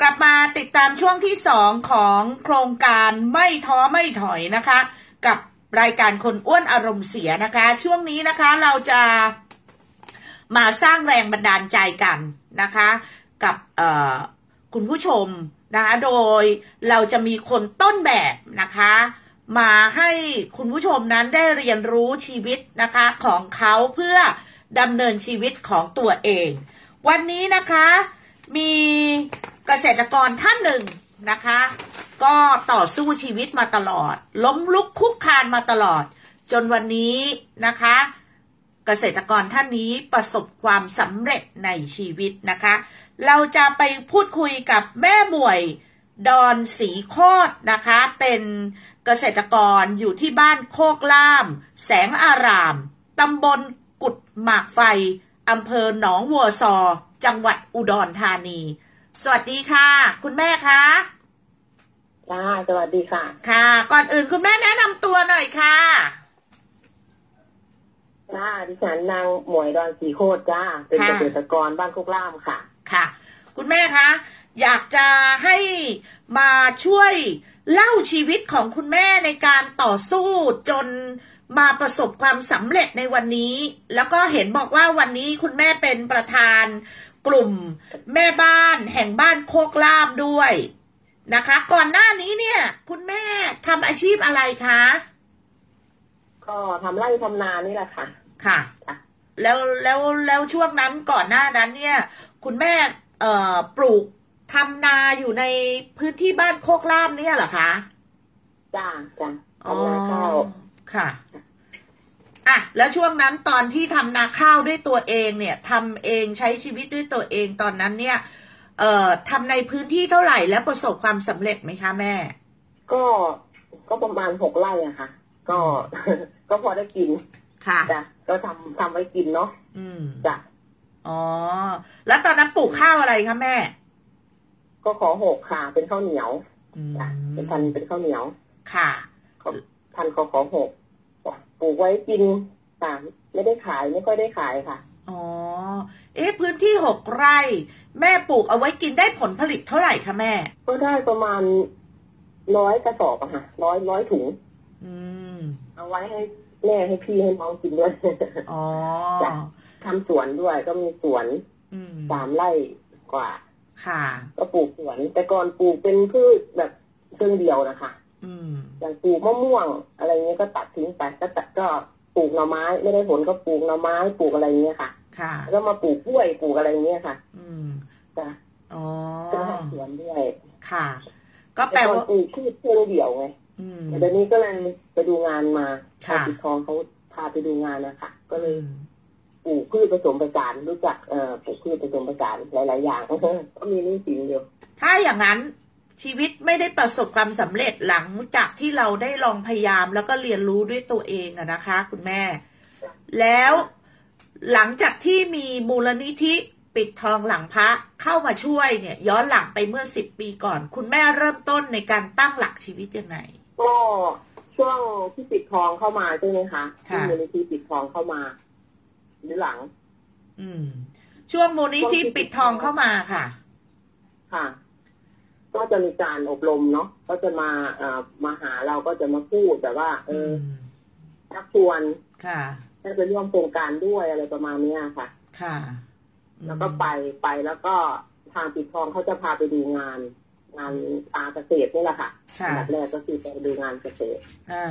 กลับมาติดตามช่วงที่สองของโครงการไม่ท้อไม่ถอยนะคะ กับรายการคนอ้วนอารมณ์เสียนะคะ ช่วงนี้นะคะเราจะมาสร้างแรงบันดาลใจกันนะคะ กับเอ่อคุณผู้ชมนะคะ โดยเราจะมีคนต้นแบบนะคะ มาให้คุณผู้ชมนั้นได้เรียนรู้ชีวิตนะคะของเขาเพื่อดำเนินชีวิตของตัวเอง วันนี้นะคะมีเกษตรกรท่านหนึ่งนะคะ ก็ต่อสู้ชีวิตมาตลอด ล้มลุกคลุกคลานมาตลอด จนวันนี้นะคะ เกษตรกรท่านนี้ประสบความสำเร็จในชีวิตนะคะ เราจะไปพูดคุยกับแม่หมวยดอนสีโคตรนะคะ เป็นเกษตรกรอยู่ที่บ้านโคกล่าม แสงอารามตำบลกุดหมากไฟอำเภอหนองวัวซอ จังหวัดอุดรธานี สวัสดีค่ะ คุณแม่คะ จ้าสวัสดีค่ะ ค่ะ ก่อนอื่นคุณแม่แนะนำตัวหน่อยค่ะ จ้าดิฉันนางหมวยดอนสีโคตรจ้า เป็น ค่ะ เกษตรกรบ้านโคกล่ามค่ะ ค่ะ คุณแม่คะ อยากจะให้มาช่วยเล่าชีวิตของคุณแม่ในการต่อสู้จนมาประสบความสำเร็จในวันนี้ แล้วก็เห็นบอกว่าวันนี้คุณแม่เป็นประธานกลุ่มแม่บ้านแห่งบ้านโคกล่ามด้วยนะคะ ก่อนหน้านี้เนี่ย คุณแม่ทำอาชีพอะไรคะ ก็ทำไร่ทำนานี่แหละค่ะ ค่ะ ค่ะ แล้วแล้วแล้วช่วงนั้นก่อนหน้านั้นเนี่ย คุณแม่เอ่อปลูกทำนาอยู่ในพื้นที่บ้านโคกล่ามเนี่ยเหรอคะ จ้าจ้าทำนาข้าว อ๋อค่ะอ่ะแล้วช่วงนั้นตอนที่ทำนาข้าวด้วยตัวเองเนี่ยทำเองใช้ชีวิตด้วยตัวเองตอนนั้นเนี่ย เอ่อทำในพื้นที่เท่าไหร่แล้วประสบความสำเร็จไหมคะแม่ ก็ก็ประมาณหกไร่อะค่ะ ก็ ก็พอได้กิน ค่ะ จ้าก็ทำทำไว้กินเนาะ อืม จ้า อ๋อแล้วตอนนั้นปลูกข้าวอะไรคะแม่ ก็ขอหกค่ะ เป็นข้าวเหนียว อืม จ้าเป็นพันธุ์เป็นข้าวเหนียว ค่ะ พันธุ์ขอขอหกปลูกไว้กินค่ะไม่ได้ขายไม่ค่อยได้ขายค่ะ อ๋อ เอ๊ะพื้นที่หกไร่ แม่ปลูกเอาไว้กินได้ผลผลิตเท่าไหร่คะแม่ ก็ได้ประมาณร้อยกระสอบอะค่ะร้อยร้อยถุง อืม เอาไว้ให้แม่ให้พี่ให้น้องกินด้วย อ๋อ ทำสวนด้วยก็มีสวน อืม สามไร่กว่า ค่ะ ก็ปลูกสวน แต่ก่อนปลูกเป็นพืชแบบเครื่องเดียวนะคะ อืม อย่างปลูกมะม่วง อะไรเงี้ยก็ตัดทิ้งไปก็ตัดก็ปลูกหน่อไม้ไม่ได้ผลก็ปลูกหน่อไม้ปลูกอะไรเงี้ยค่ะ ค่ะ แล้วก็มาปลูกกล้วยปลูกอะไรเงี้ยค่ะ อืม จ้ะ อ๋อ ก็ทำสวนด้วย ค่ะ ก็แปล แต่ก่อน ว่า ปลูกพืชเครื่องเดียวไง อืม แต่เดี๋ยวนี้ก็เลยไปดูงานมา ค่ะ ไปติดทองเขาพาไปดูงานนะคะก็เล อื ย ม ปลูกพืชผสมผสานรู้จักเอ่อปลูกพืชผสมผสานหลาย ๆ อย่าง ก็มีหนี่สินอยู่ ถ้าอย่างนั้นชีวิตไม่ได้ประสบความสำเร็จหลังจากที่เราได้ลองพยายามแล้วก็เรียนรู้ด้วยตัวเองอะนะคะ คุณแม่ แล้วหลังจากที่มีมูลนิธิปิดทองหลังพระเข้ามาช่วยเนี่ย ย้อนหลังไปเมื่อสิบปีก่อน คุณแม่เริ่มต้นในการตั้งหลักชีวิตยังไง ก็ช่วงที่ปิดทองเข้ามาใช่ไหมคะ ค่ะ ที่มูลนิธิปิดทองเข้ามาหรือหลัง อืม ช่วงมูลนิธิปิดทองเข้ามาค่ะ ค่ะ ก็จะมีการอบรมเนาะก็จะมาเอ่อมาหาเราก็จะมาพูดแต่ว่า เอ อื อ ม ชักชวน ค่ะ ให้ไปร่วมโครงการด้วยอะไรประมาณเนี้ยค่ะ ค่ะ แล้วก็ไปไปแล้วก็ทางปิดทองเขาจะพาไปดูงาน งานอาเกษตรนี่แหละค่ะ ค่ะ อันดับแรกก็คือไปดูงานเกษตร อ่า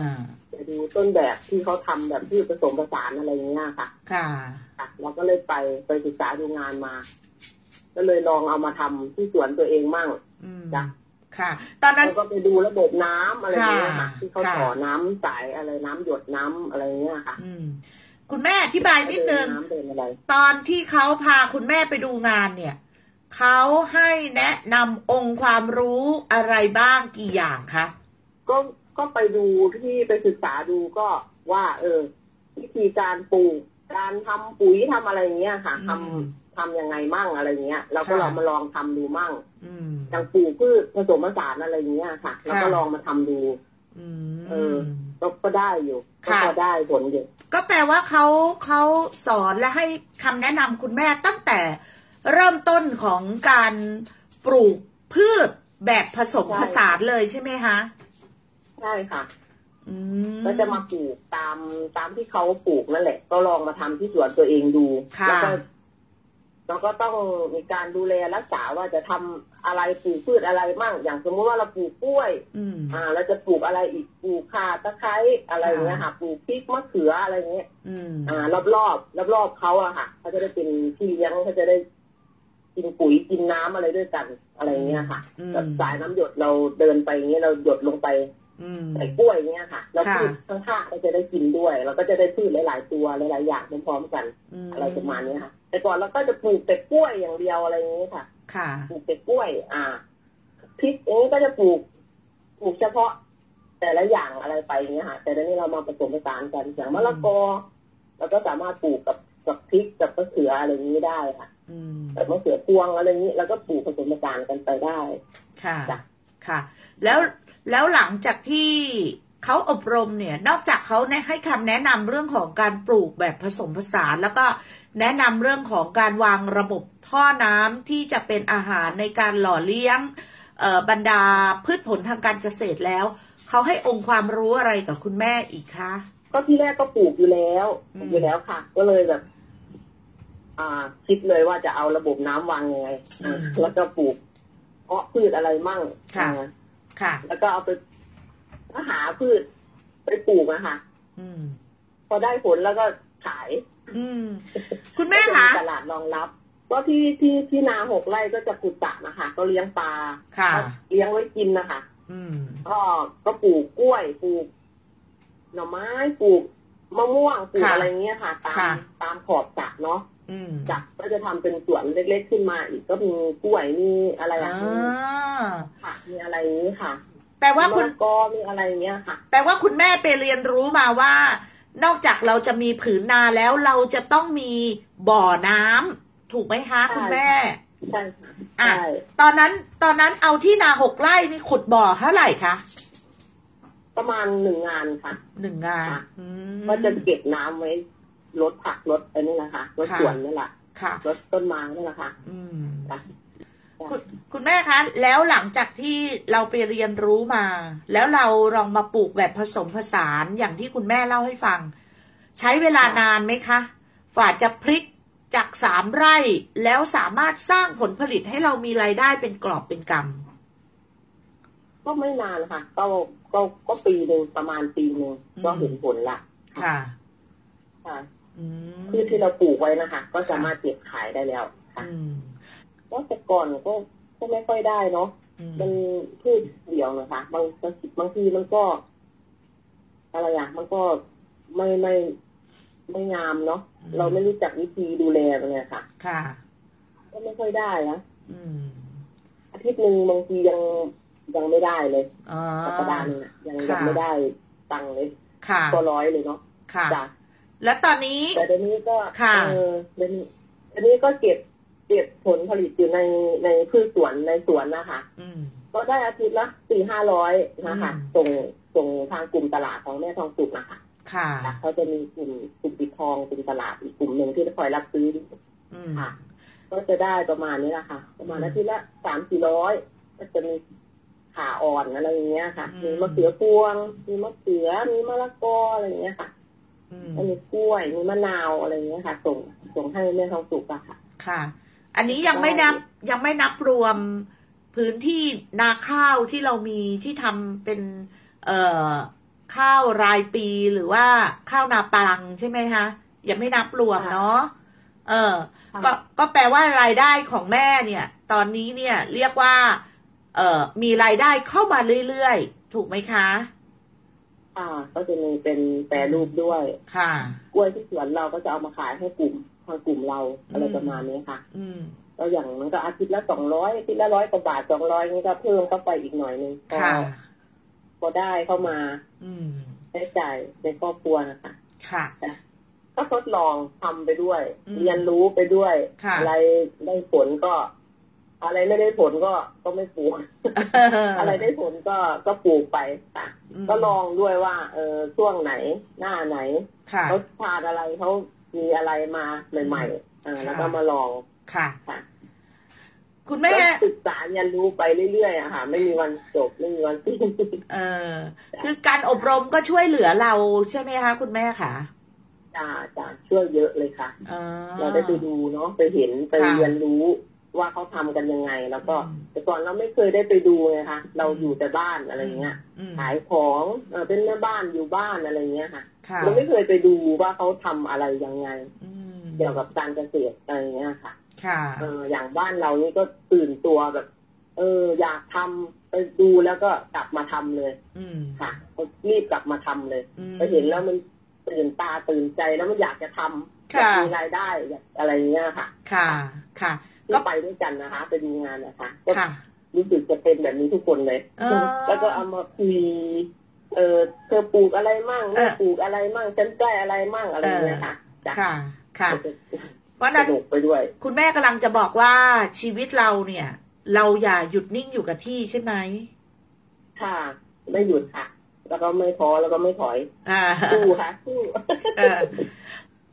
จะดูต้นแบบที่เขาทำแบบที่ผสมผสานอะไรอย่างเงี้ยค่ะ ค่ะ ค่ะ เราก็เลยไปไปศึกษาดูงานมา ก็เลยลองเอามาทำที่สวนตัวเองมั่ง อืม จ้ะ ค่ะ ตอนนั้น แล้วก็ไปดูระบบน้ำอะไรอย่างเงี้ยค่ะ ค่ะ ที่เขาต่อน้ำสายอะไรน้ำหยดน้ำอะไรอย่างเงี้ยค่ะ อืมคุณแม่อธิบายนิดนึง เดิน้ำเดินอะไร ตอนที่เขาพาคุณแม่ไปดูงานเนี่ย เขาให้แนะนำองค์ความรู้อะไรบ้างกี่อย่างคะ ก็ก็ไปดูที่ไปศึกษาดูก็ว่า เออ วิธีการปลูกการทำปุ๋ยทำอะไรอย่างเงี้ยค่ะทำ อืม ทำยังไงมั่งอะไรอย่างเงี้ยเราก็ ค่ะ ลองมาลองทำดูมั่ง อืม อย่างปลูกพืชผสมผสานอะไรอย่างเงี้ยค่ะ แล้วก็ ค่ะ ลองมาทำดู อื เออ ม ก็ก็ได้อยู่ก็ ค่ะ พอได้ผลอยู่ ก็แปลว่าเขาเขาสอนและให้คำแนะนำคุณแม่ตั้งแต่เริ่มต้นของการปลูก พืชแบบผสม ใช่ ผสานเลยใช่ไหมคะ ใช่ค่ะ อืม ก็จะมาปลูกตามตามที่เขาปลูกนั่นแหละ ก็ลองมาทำที่สวนตัวเองดู ค่ะ แล้วก็แล้วก็ต้องมีการดูแลรักษาว่าจะทำอะไรปลูกพืชอะไรมั่งอย่างสมมุติว่าเราปลูกกล้วย อืม อ่าเราจะปลูกอะไรอีกปลูกข่าตะไคร้อะไรอย่างเงี้ยค่ะปลูกพริกมะเขืออะไรอย่างเงี้ย อืม อ่ารอบรอบรอบรอบๆเขาอะค่ะเขาจะได้เป็นพี่เลี้ยงเขาจะได้กินปุ๋ยกินน้ำอะไรด้วยกันอะไรอย่างเงี้ยค่ะ อืม แบบสายน้ำหยดเราเดินไปอย่างเงี้ยเราหยดลงไป อืม ใส่กล้วยอย่างเงี้ยค่ะแล้ว ค่ะ พืชข้างๆก็จะได้กินด้วยเราก็จะได้พืชหลายๆตัวหลายๆอย่างพร้อมๆกัน ม อะไรประมาณเนี้ยค่ะ แต่ก่อนเราก็จะปลูกแต่กล้วยอย่างเดียวอะไรอย่างเงี้ยค่ะ ค่ะ ปลูกแต่กล้วย อ่าพริกเองก็จะปลูก ปลูกเฉพาะ แต่ละอย่างอะไรไปอย่างเงี้ยค่ะ แต่ตอนนี้เรามาผสมผสานกันอย่างมะละกอเราก็สามารถปลูกกับกับพริกกับมะเขืออะไรอย่างนี้ได้ค่ะ อืม แบบมะเขือพวงอะไรอย่างนี้เราก็ปลูกผสมผสานกันไปได้ ค่ะ จ้ะ ค่ะ แล้ว แล้วหลังจากที่เขาอบรมเนี่ย นอกจากเขาเนี่ยให้คำแนะนำเรื่องของการปลูกแบบผสมผสาน แล้วก็แนะนำเรื่องของการวางระบบท่อน้ำที่จะเป็นอาหารในการหล่อเลี้ยงเอ่อบรรดาพืชผลทางการเกษตรแล้ว เขาให้องค์ความรู้อะไรกับคุณแม่อีกคะ ก็ที่แรกก็ปลูกอยู่แล้ว อืมปลูกอยู่แล้วค่ะ ก็เลยแบบ อ่า คิดเลยว่าจะเอาระบบน้ำวางยังไงอ่ะแล้วก็ปลูกเพาะพืชอะไรมั่ง ค่ะ อ่า ค่ะ แล้วก็เอาไปก็หาพืชไปปลูกอะค่ะ อืม พอได้ผลแล้วก็ขาย อืม คุณแม่ ก็จ คะ มีตลาดรองรับ ก็ที่ที่ที่นาหกไร่ก็จะกุตะนะคะ ก็เลี้ยงปลา ค่ะ ก็เลี้ยงไว้กินนะคะ อืม ก็ก็ปลูกกล้วยปลูก หน่อไม้ปลูกมะม่วงปลูก ค่ะ อะไรเงี้ยค่ะ ตาม ค่ะ ตามขอบสระเนาะ อืม จักก็จะทำเป็นสวนเล็กๆขึ้นมาอีกก็มีกล้วยมีอะไร อ่ อ่ะมี า ผักมีอะไรอย่างนี้ค่ะ แปลว่าคุณ มะละกอมีอะไรอย่างเงี้ยค่ะ แปลว่าคุณแม่ไปเรียนรู้มาว่า นอกจากเราจะมีผืนนาแล้วเราจะต้องมีบ่อน้ำถูกไหมคะ ใช่ คุณแม่ ใช่ค่ะ อ่ะ ใช่ ตอนนั้นตอนนั้นเอาที่นาหกไร่นี่ขุดบ่อเท่าไหร่คะ ประมาณหนึ่งงานค่ะ หนึ่งงาน ค่ะ อืม ก็จะเก็บน้ำไว้รดผักรดอันนี้แหละค่ะรด ค่ะ สวนนี่แหละ ค่ะ รดต้นไม้นี่แหละค่ะ อืม จ้ะจ้ะ คุณคุณแม่คะ แล้วหลังจากที่เราไปเรียนรู้มา แล้วเราลองมาปลูกแบบผสมผสานอย่างที่คุณแม่เล่าให้ฟัง ใช้เวลานานไหมคะฝ่าจะพลิกจากสามไร่ แล้วสามารถสร้างผลผลิตให้เรามีรายได้เป็นกรอบเป็นก ก็ไม่นานค่ะก็ก็ก็ปีหนึ่งประมาณปีหนึ่งก็เห็นผลละ ำค่ะ ค่ะ อืม พืชที่เราปลูกไว้นะคะ ก็สามารถเก็บขายได้แล้วค่ะ อืม ก็แต่ก่อนก็ก็ไม่ค่อยได้เนาะ อืม มันพืชเดี่ยวนะคะบางบางทีมันก็ อะไรอ่ะมันก็ไม่ไม่ไม่งามเนาะเราไม่รู้จักวิธีดูแลมันเนี่ยค่ะ ค่ะ ก็ไม่ค่อยได้นะ อืม อาทิตย์หนึ่งบางทียังยังไม่ได้เลย อ๋อ สัปดาห์หนึงอะยัง ค่ะ ยังไม่ได้ตังค์เลย ค่ะ ตัวร้อยเลยเนาะ ค่ะ จ้ะ แล้วตอนนี้ แต่เดี๋ยวนี้ก็ ค่ะ เออเดี๋ยวนี้เดี๋ยวนี้ก็เก็บเก็บผลผลิตอยู่ในในพืชสวนในสวนนะคะ อืม ก็ได้อาทิตย์ละสี่ห้าร้อยนะคะ อืม ส่งส่งทางกลุ่มตลาดของแม่ทองสุกนะคะ ค่ะ จ้ะเขาจะมีกลุ่มกลุ่มปิดทองกลุ่มตลาดอีกกลุ่มหนึ่งที่คอยรับซื้อ อืม ค่ะ ก็จะได้ประมาณนี้แหละค่ะ ประมาณอาทิตย์ละสามสี่ร้อยก็จะมีขาอ่อนอะไรอย่างเงี้ยค่ะ อืม มีมะเขือพวง มีมะเขือ มีมะละกออะไรอย่างเงี้ยค่ะ อืม แล้วมีกล้วย มีมะนาวอะไรอย่างเงี้ยค่ะ ส่งส่งให้แม่ทองสุกอะค่ะ ค่ะ อันนี้ยังไม่นับยังไม่นับรวมพื้นที่นาข้าวที่เรามีที่ทำเป็น เอ่อข้าวรายปีหรือว่าข้าวนาปังใช่ไหมคะยังไม่นับรวมเนาะเออ ก็ก็แปลว่ารายได้ของแม่เนี่ย ตอนนี้เนี่ยเรียกว่า เอ่อมีรายได้เข้ามาเรื่อยๆ ถูกไหมคะ อ่า ก็จะมีเป็นแปรรูปด้วย ค่ะ กล้วยที่สวนเราก็จะเอามาขายให้กลุ่มทางกลุ่มเราอะไรประมาณนี้ค่ะ อืม ก็อย่างนั้นก็อาทิตย์ละสองร้อยอาทิตย์ละร้อยกว่าบาทสองร้อยนี่ก็เพิ่มเข้าไปอีกหน่อยนึงพอ ค่ะ พอได้เข้ามา อืม ใช้จ่ายในครอบครัวนะคะ ค่ะ ก็ทดลองทำไปด้วย อืม เรียนรู้ไปด้วย ค่ะ อะไรได้ผลก็ อะไรไม่ได้ผลก็ก็ไม่ปลูก อะไรได้ผลก็ก็ปลูกไปค่ะ ม ก็ลองด้วยว่า เออช่วงไหน หน้าไหน ค่ะ เขาทานอะไรเขามีอะไรมาใหม่ๆเออแล้วก็มาลอง ค่ะ ค่ะ คุณแม่ ก็ศึกษาเรียนรู้ไปเรื่อยๆอะค่ะ ไม่มีวันจบไม่มีวันสิ้น เออ คือการอบรมก็ช่วยเหลือเราใช่ไหมคะ คุณแม่คะ จ้าจ้าช่วยเยอะเลยค่ะ อ๋อ เราได้ไปดูเนาะไปเห็นไป ค่ะ เรียนรู้ว่าเขาทำกันยังไง แล้วก็ แต่ก่อนเราไม่เคยได้ไปดูไงคะเราอยู่แต่บ้านอะไรอย่างเงี้ย ม ขายของเออเป็นแม่บ้านอยู่บ้านอะไรอย่างเงี้ยค่ะ ค่ะ เราไม่เคยไปดูว่าเขาทำอะไรยังไง อืม เกี่ยวกับการเกษตรอะไรอย่างเงี้ยค่ะ ค่ะ เอออย่างบ้านเรานี่ก็ตื่นตัวแบบ เออ อยากทำไปดูแล้วก็กลับมาทำเลย อืม ค่ะก็รีบกลับมาทำเลย อืม ไปเห็นแล้วมันตื่นตาตื่นใจแล้วมันอยากจะทำอ ค่ะ ยากมีรายได้อยากอะไรอย่างเงี้ยค่ะ ค่ะ ค่ะ ก็ไปด้วยกันนะคะ ไปดูงานนะคะก็ ค่ะ รู้สึกจะเป็นแบบนี้ทุกคนเลย เออ แล้วก็เอามาคุยเออเธอปลูกอะไรมั่ง เอ แม่ อ ปลูกอะไรมั่งฉันได้อะไรมั่งอะไรอย่างเงี้ยค่ะจ้ะ ค่ะ ค่ะ เพราะฉะ ส นั้น นุกไปด้วย คุณแม่กำลังจะบอกว่าชีวิตเราเนี่ย เราอย่าหยุดนิ่งอยู่กับที่ใช่ไหม ค่ะ ไม่หยุดค่ะ แล้วก็ไม่ท้อแล้วก็ไม่ถอย อ่า สู้ค่ะสู้ เออ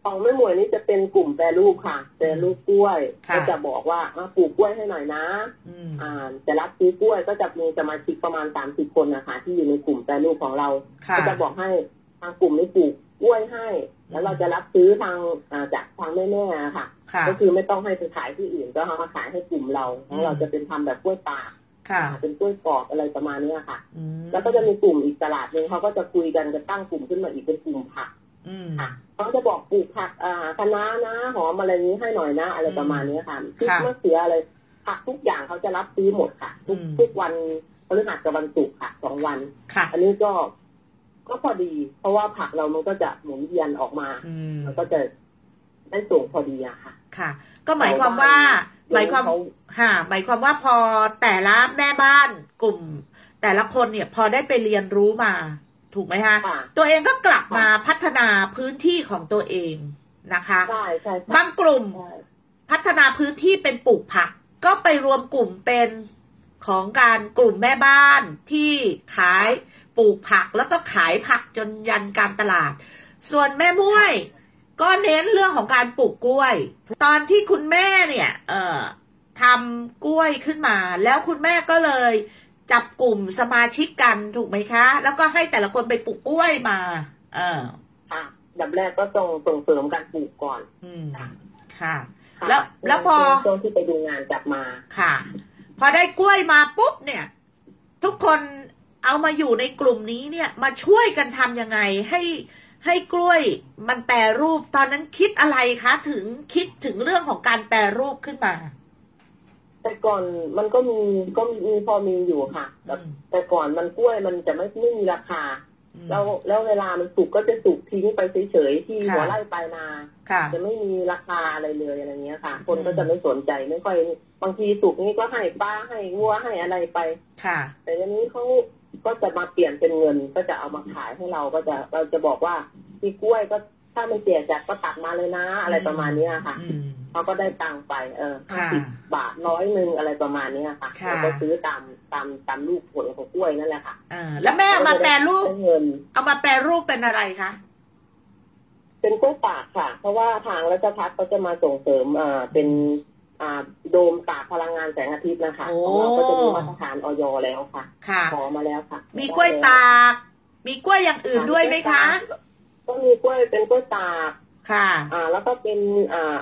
ของแม่หมวยนี่จะเป็นกลุ่มแปรรูปค่ะแปรรูปกล้วย ค่ะ ก็จะบอกว่าอ่ะปลูกกล้วยให้หน่อยนะ อืม อ่า จะรับซื้อกล้วยก็จะมีสมาชิกประมาณสามสิบคนนะคะ ที่อยู่ในกลุ่มแปรรูปของเรา ค่ะ ก็จะบอกให้ทางกลุ่มนี้ปลูกกล้วยให้ แล้วเราจะรับซื้อทางอ่าจากทางแม่ๆอะค่ะ ค่ะ ก็คือไม่ต้องให้ไปขายที่อื่นก็เอามาขายให้กลุ่มเราของเรา อืม จะเป็นทำแบบกล้วยป่า ค่ะ เป็นกล้วยกรอบอะไรประมาณเนี้ยค่ะ อืม แล้วก็จะมีกลุ่มอีกตลาดหนึ่งเขาก็จะคุยกันจะตั้งกลุ่มขึ้นมาอีกเป็นกลุ่มผัก อืม ค่ะเขาจะบอกปลูกผักอ่าคะน้านะหอมอะไรนี้ให้หน่อยนะอะไรประมาณนี้ค่ะพริก ค่ะ มะเขืออะไรผักทุกอย่างเขาจะรับซื้อหมดค่ะ ทุก อืม ทุกวันพฤหัสกับวันศุกร์ค่ะสองวัน ค่ะ อันนี้ก็ก็พอดี เพราะว่าผักเรามันก็จะหมุนเวียนออกมา อืม มันก็จะได้ส่งพอดีอะค่ะ ค่ะ ก็หมายความว่า หมายความ เข ค่ะหมายความว่าพอแต่ละแม่บ้านกลุ่ม แต่ละคนเนี่ยพอได้ไปเรียนรู้มา ถูกไหมฮะ ค่ะ ตัวเองก็กลับมาพัฒนาพื้นที่ของตัวเองนะคะ ใช่ใช่ใช่ บางกลุ่ม ใช่ พัฒนาพื้นที่เป็นปลูกผัก ก็ไปรวมกลุ่มเป็นของการกลุ่มแม่บ้านที่ขายปลูกผักแล้วก็ขายผักจนยันการตลาด ส่วนแม่มุ้ยก็เน้นเรื่องของการปลูกกล้วย ตอนที่คุณแม่เนี่ย เอ่อทำกล้วยขึ้นมา แล้วคุณแม่ก็เลย จับกลุ่มสมาชิกกันถูกไหมคะ แล้วก็ให้แต่ละคนไปปลูกกล้วยมา เออ ค่ะดับแรกก็ส่งส่งเสริมการปลูกก่อน อืม ค่ะ ค่ะ แล้วแล้วพอ ช่วงที่ไปดูงานกลับมา ค่ะ พอได้กล้วยมาปุ๊บเนี่ย ทุกคนเอามาอยู่ในกลุ่มนี้เนี่ย มาช่วยกันทำยังไง ให้ให้กล้วยมันแปรรูปตอนนั้นคิดอะไรคะถึงคิดถึงเรื่องของการแปรรูปขึ้นมา แต่ก่อนมันก็มีก็มีพอมีอยู่ค่ะแบ อื บ ม แต่ก่อนมันกล้วยมันจะไม่ไม่มีราคา อืม แล้วแล้วเวลามันสุกก็จะสุกทิ้งไปเฉยๆที่ ค่ะ หัวไร่ปลายนา ค่ะ จะไม่มีราคาอะไรเลยอะไรเงี้ยค่ะ คน อืม ก็จะไม่สนใจไม่ค่อยบางทีสุกนี่ก็ให้ป้าให้วัวให้อะไรไป ค่ะ แต่ทีนี้เขาก็จะมาเปลี่ยนเป็นเงินก็จะเอามาขายให้เราก็จะเราจะบอกว่าที่กล้วยก็ถ้ามันเสียจากก็ตัดมาเลยนะ อะไรประมาณเนี้ยค่ะ อืม เขาก็ได้ตังค์ไป เออห้า ค่ะ สิบบาทร้อยหนึ่งอะไรประมาณเนี้ยค่ะ ค่ะ แล้วก็ซื้อตามตามตามลูกผลของกล้วยนั่นแหละค่ะ เออแล้วแม่เอามาแปรรูป ได้เงิน เอามาแปรรูปเป็นอะไรคะ เป็นกล้วยตากค่ะ เพราะว่าทางรัชพัฒน์ก็จะมาส่งเสริมอ่าเป็นอ่าโดมตากพลังงานแสงอาทิตย์นะคะของเราก็จะมีมาตรฐานออยแล้วค่ะ ค่ะ ขอมาแล้วค่ะ มีกล้วยตาก มีกล้วยอย่างอื่นด้วยไหมคะ ก็มีกล้วยเป็นกล้วยตาก ค่ะ อ่า แล้วก็เป็นอ่า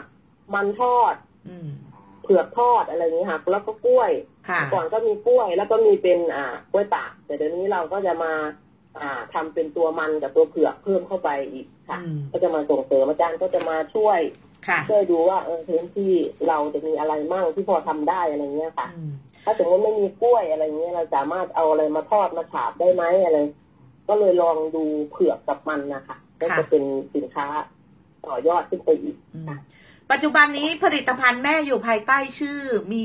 มันทอด อืม เผือกทอดอะไรอย่างนี้ค่ะแล้วก็กล้วย ค่ะ ก่อนก็มีกล้วยแล้วก็มีเป็นอ่ากล้วยตาก แต่เดี๋ยวนี้เราก็จะมา อ่าทำเป็นตัวมันกับตัวเผือกเพิ่มเข้าไปอีกค่ะ อืม ก็จะมาส่งเสริมอาจารย์ก็จะมาช่วย ค่ะ ช่วยดูว่าเออพื้นที่เราจะมีอะไรมั่งที่พอทำได้อะไรเงี้ยค่ะ อืม ถ้าสมมติไม่มีกล้วยอะไรเงี้ยเราสามารถเอาอะไรมาทอดมาฉาบได้ไหมอะไร ก็เลยลองดูเผือกกับมันนะคะก็จะเป็นสินค้าต่อยอดขึ้นไปอีก อืมปัจจุบันนี้ผลิตภัณฑ์แม่อยู่ภายใต้ชื่อมี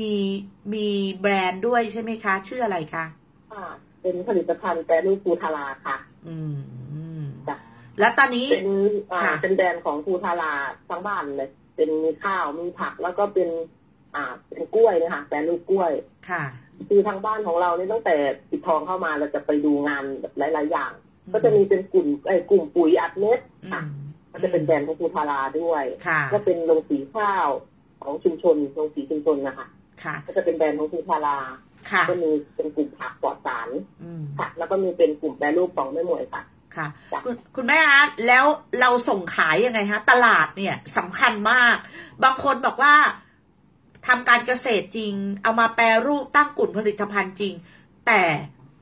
มีแบรนด์ด้วยใช่ไหมคะ ชื่ออะไรคะ ค่ะ เป็นผลิตภัณฑ์แปรรูปภูทาราค่ะ อืมอืม จ้ะ แล้วตอนนี้ เป็นอ่า ค่ะ เป็นแบรนด์ของภูทาราทั้งบ้านเลย เป็นมีข้าวมีผักแล้วก็เป็น อ่า เป็นกล้วยนะคะแปรรูปกล้วย ค่ะ คือทางบ้านของเราเนี่ยตั้งแต่ปิดทองเข้ามาเราจะไปดูงานแบบหลาย ๆ อย่าง ก็จะมีเป็นกลุ่มไอ้ยกลุ่มปุ๋ยอัดเม็ด อื ค่ะ ม ก็จะเป็นแบรนด์ของภูพาราด้วย ค่ะ ก็เป็นโรงสีข้าวของชุมชนโรงสีชุมชนนะคะ ค่ะ ก็จะเป็นแบรนด์ของคุณพารา ค่ะ ก็มีเป็นกลุ่มผักปลอดสาร อืม ค่ะ แล้วก็มีเป็นกลุ่มแปรรูปของแม่หมวยค่ะ ค่ะ จ้ะ คุณคุณแม่ฮะแล้วเราส่งขายยังไงฮะ ตลาดเนี่ยสำคัญมาก บางคนบอกว่าทำการเกษตรจริง เอามาแปรรูปตั้งกลุ่มผลิตภัณฑ์จริง แต่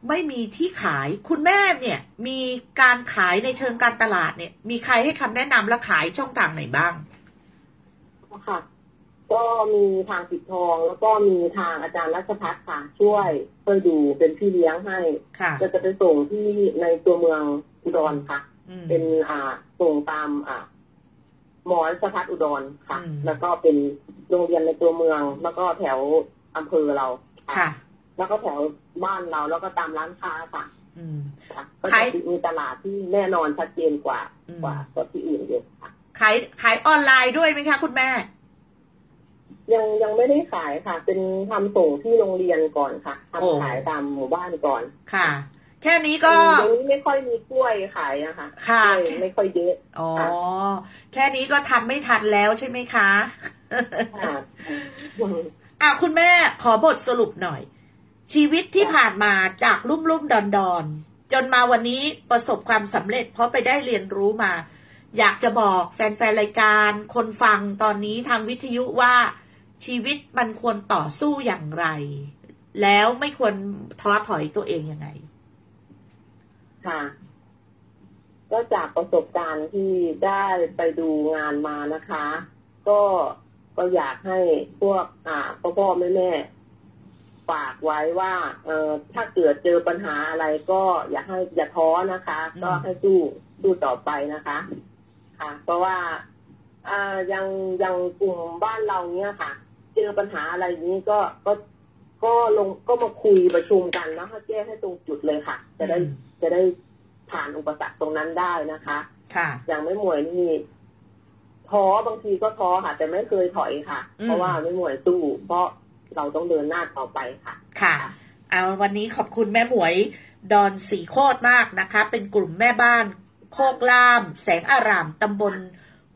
ไม่มีที่ขายคุณแม่เนี่ย มีการขายในเชิงการตลาดเนี่ย มีใครให้คำแนะนำและขายช่องทางไหนบ้าง ค่ะ ก็มีทางปิดทอง แล้วก็มีทางอาจารย์รัชพัฒน์ค่ะ ช่วยช่วยดูเป็นพี่เลี้ยงให้ ค่ะ ก็จะไปส่งที่ในตัวเมืองอุดรค่ะ อืม เป็นอ่าส่งตามอ่าหมอรัชพัฒน์อุดรค่ะ อืม แล้วก็เป็นโรงเรียนในตัวเมือง แล้วก็แถวอำเภอเรา ค่ะ แล้วก็แถวบ้านเราแล้วก็ตามร้านค้าค่ะ อืม ค่ะก็ ขา จะ ย มีตลาดที่แน่นอนชัดเจนกว่า อืม กว่ากว่าที่อื่นอยู่ค่ะ ขายขายออนไลน์ด้วยไหมคะ คุณแม่ ยังยังไม่ได้ขายค่ะ เป็นทำส่งที่โรงเรียนก่อนค่ะทำ โอ้ ขายตามหมู่บ้านก่อน ค่ะ แค่นี้ก็ ตรงนี้ไม่ค่อยมีกล้วยขายนะคะ ค่ะ กล้วยไม่ค่อยเยอะ อ๋อ แค่นี้ก็ทำไม่ทันแล้วใช่ไหมคะ ค่ะ อ่ะคุณแม่ขอบทสรุปหน่อย ชีวิตที่ผ่านมาจากลุ่มลุ่มดอนดอนๆ จนมาวันนี้ประสบความสำเร็จ เพราะไปได้เรียนรู้มา อยากจะบอกแฟนๆ รายการ คนฟังตอนนี้ทางวิทยุว่า ชีวิตมันควรต่อสู้อย่างไร แล้วไม่ควรท้อถอยตัวเองยังไง ค่ะ ก็จากประสบการณ์ที่ได้ไปดูงานมานะคะ ก็ก็อยากให้พวกอ่าพ่อพ่อแม่แม่ฝากไว้ว่า เออถ้าเกิดเจอปัญหาอะไรก็อย่าให้อย่าท้อนะคะ อืม ก็ให้สู้สู้ต่อไปนะคะ ค่ะ เพราะว่าอ่ายังยังกลุ่มบ้านเราเนี้ยค่ะ เจอปัญหาอะไรอย่างนี้ก็ก็ก็ลงก็มาคุยประชุมกันแล้วให้แก้ให้ตรงจุดเลยค่ะ จะได้ จะได้ผ่านอุปสรรคตรงนั้นได้นะคะ ค่ะ อย่างไม่หมวยนี่ท้อบางทีก็ท้อค่ะ แต่ไม่เคยถอยค่ะ อืม เพราะว่าไม่หมวยสู้เพราะเราต้องเดินหน้าต่อไปค่ะ ค่ะ เอาวันนี้ขอบคุณแม่หมวยดอนสีโคตรมากนะคะ เป็นกลุ่มแม่บ้านโคกล่าม แสงอาราม ตำบล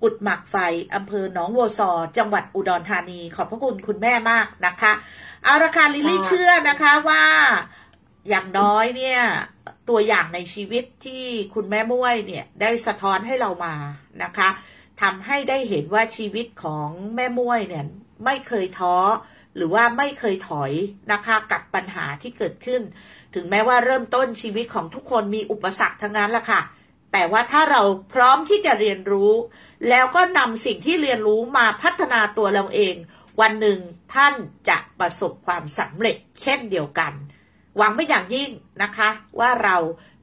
อุดหมักไฟ อำเภอหนองวัวซอ จังหวัดอุดรธานี ขอบพระคุณคุณแม่มากนะคะ เอาราคาลิลลี่ ค่ะ เชื่อนะคะว่าอย่างน้อยเนี่ย ตัวอย่างในชีวิตที่คุณแม่ม้วยเนี่ย ได้สะท้อนให้เรามานะคะทำให้ได้เห็นว่าชีวิตของแม่ม้วยเนี่ย ไม่เคยท้อ หรือว่าไม่เคยถอยนะคะกับปัญหาที่เกิดขึ้น ถึงแม้ว่าเริ่มต้นชีวิตของทุกคนมีอุปสรรคทั้งนั้นละค่ะ แต่ว่าถ้าเราพร้อมที่จะเรียนรู้ แล้วก็นำสิ่งที่เรียนรู้มาพัฒนาตัวเราเอง วันหนึ่งท่านจะประสบความสำเร็จเช่นเดียวกัน หวังไม่อย่างยิ่งนะคะ ว่าเรา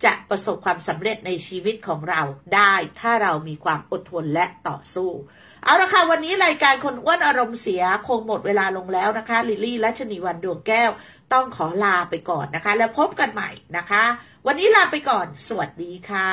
จะประสบความสำเร็จในชีวิตของเราได้ ถ้าเรามีความอดทนและต่อสู้ เอาละค่ะ วันนี้รายการคนอ้วนอารมณ์เสียคงหมดเวลาลงแล้วนะคะ ลิลลี่และชนีวันดวงแก้ว ต้องขอลาไปก่อนนะคะ แล้วพบกันใหม่นะคะ วันนี้ลาไปก่อน สวัสดีค่ะ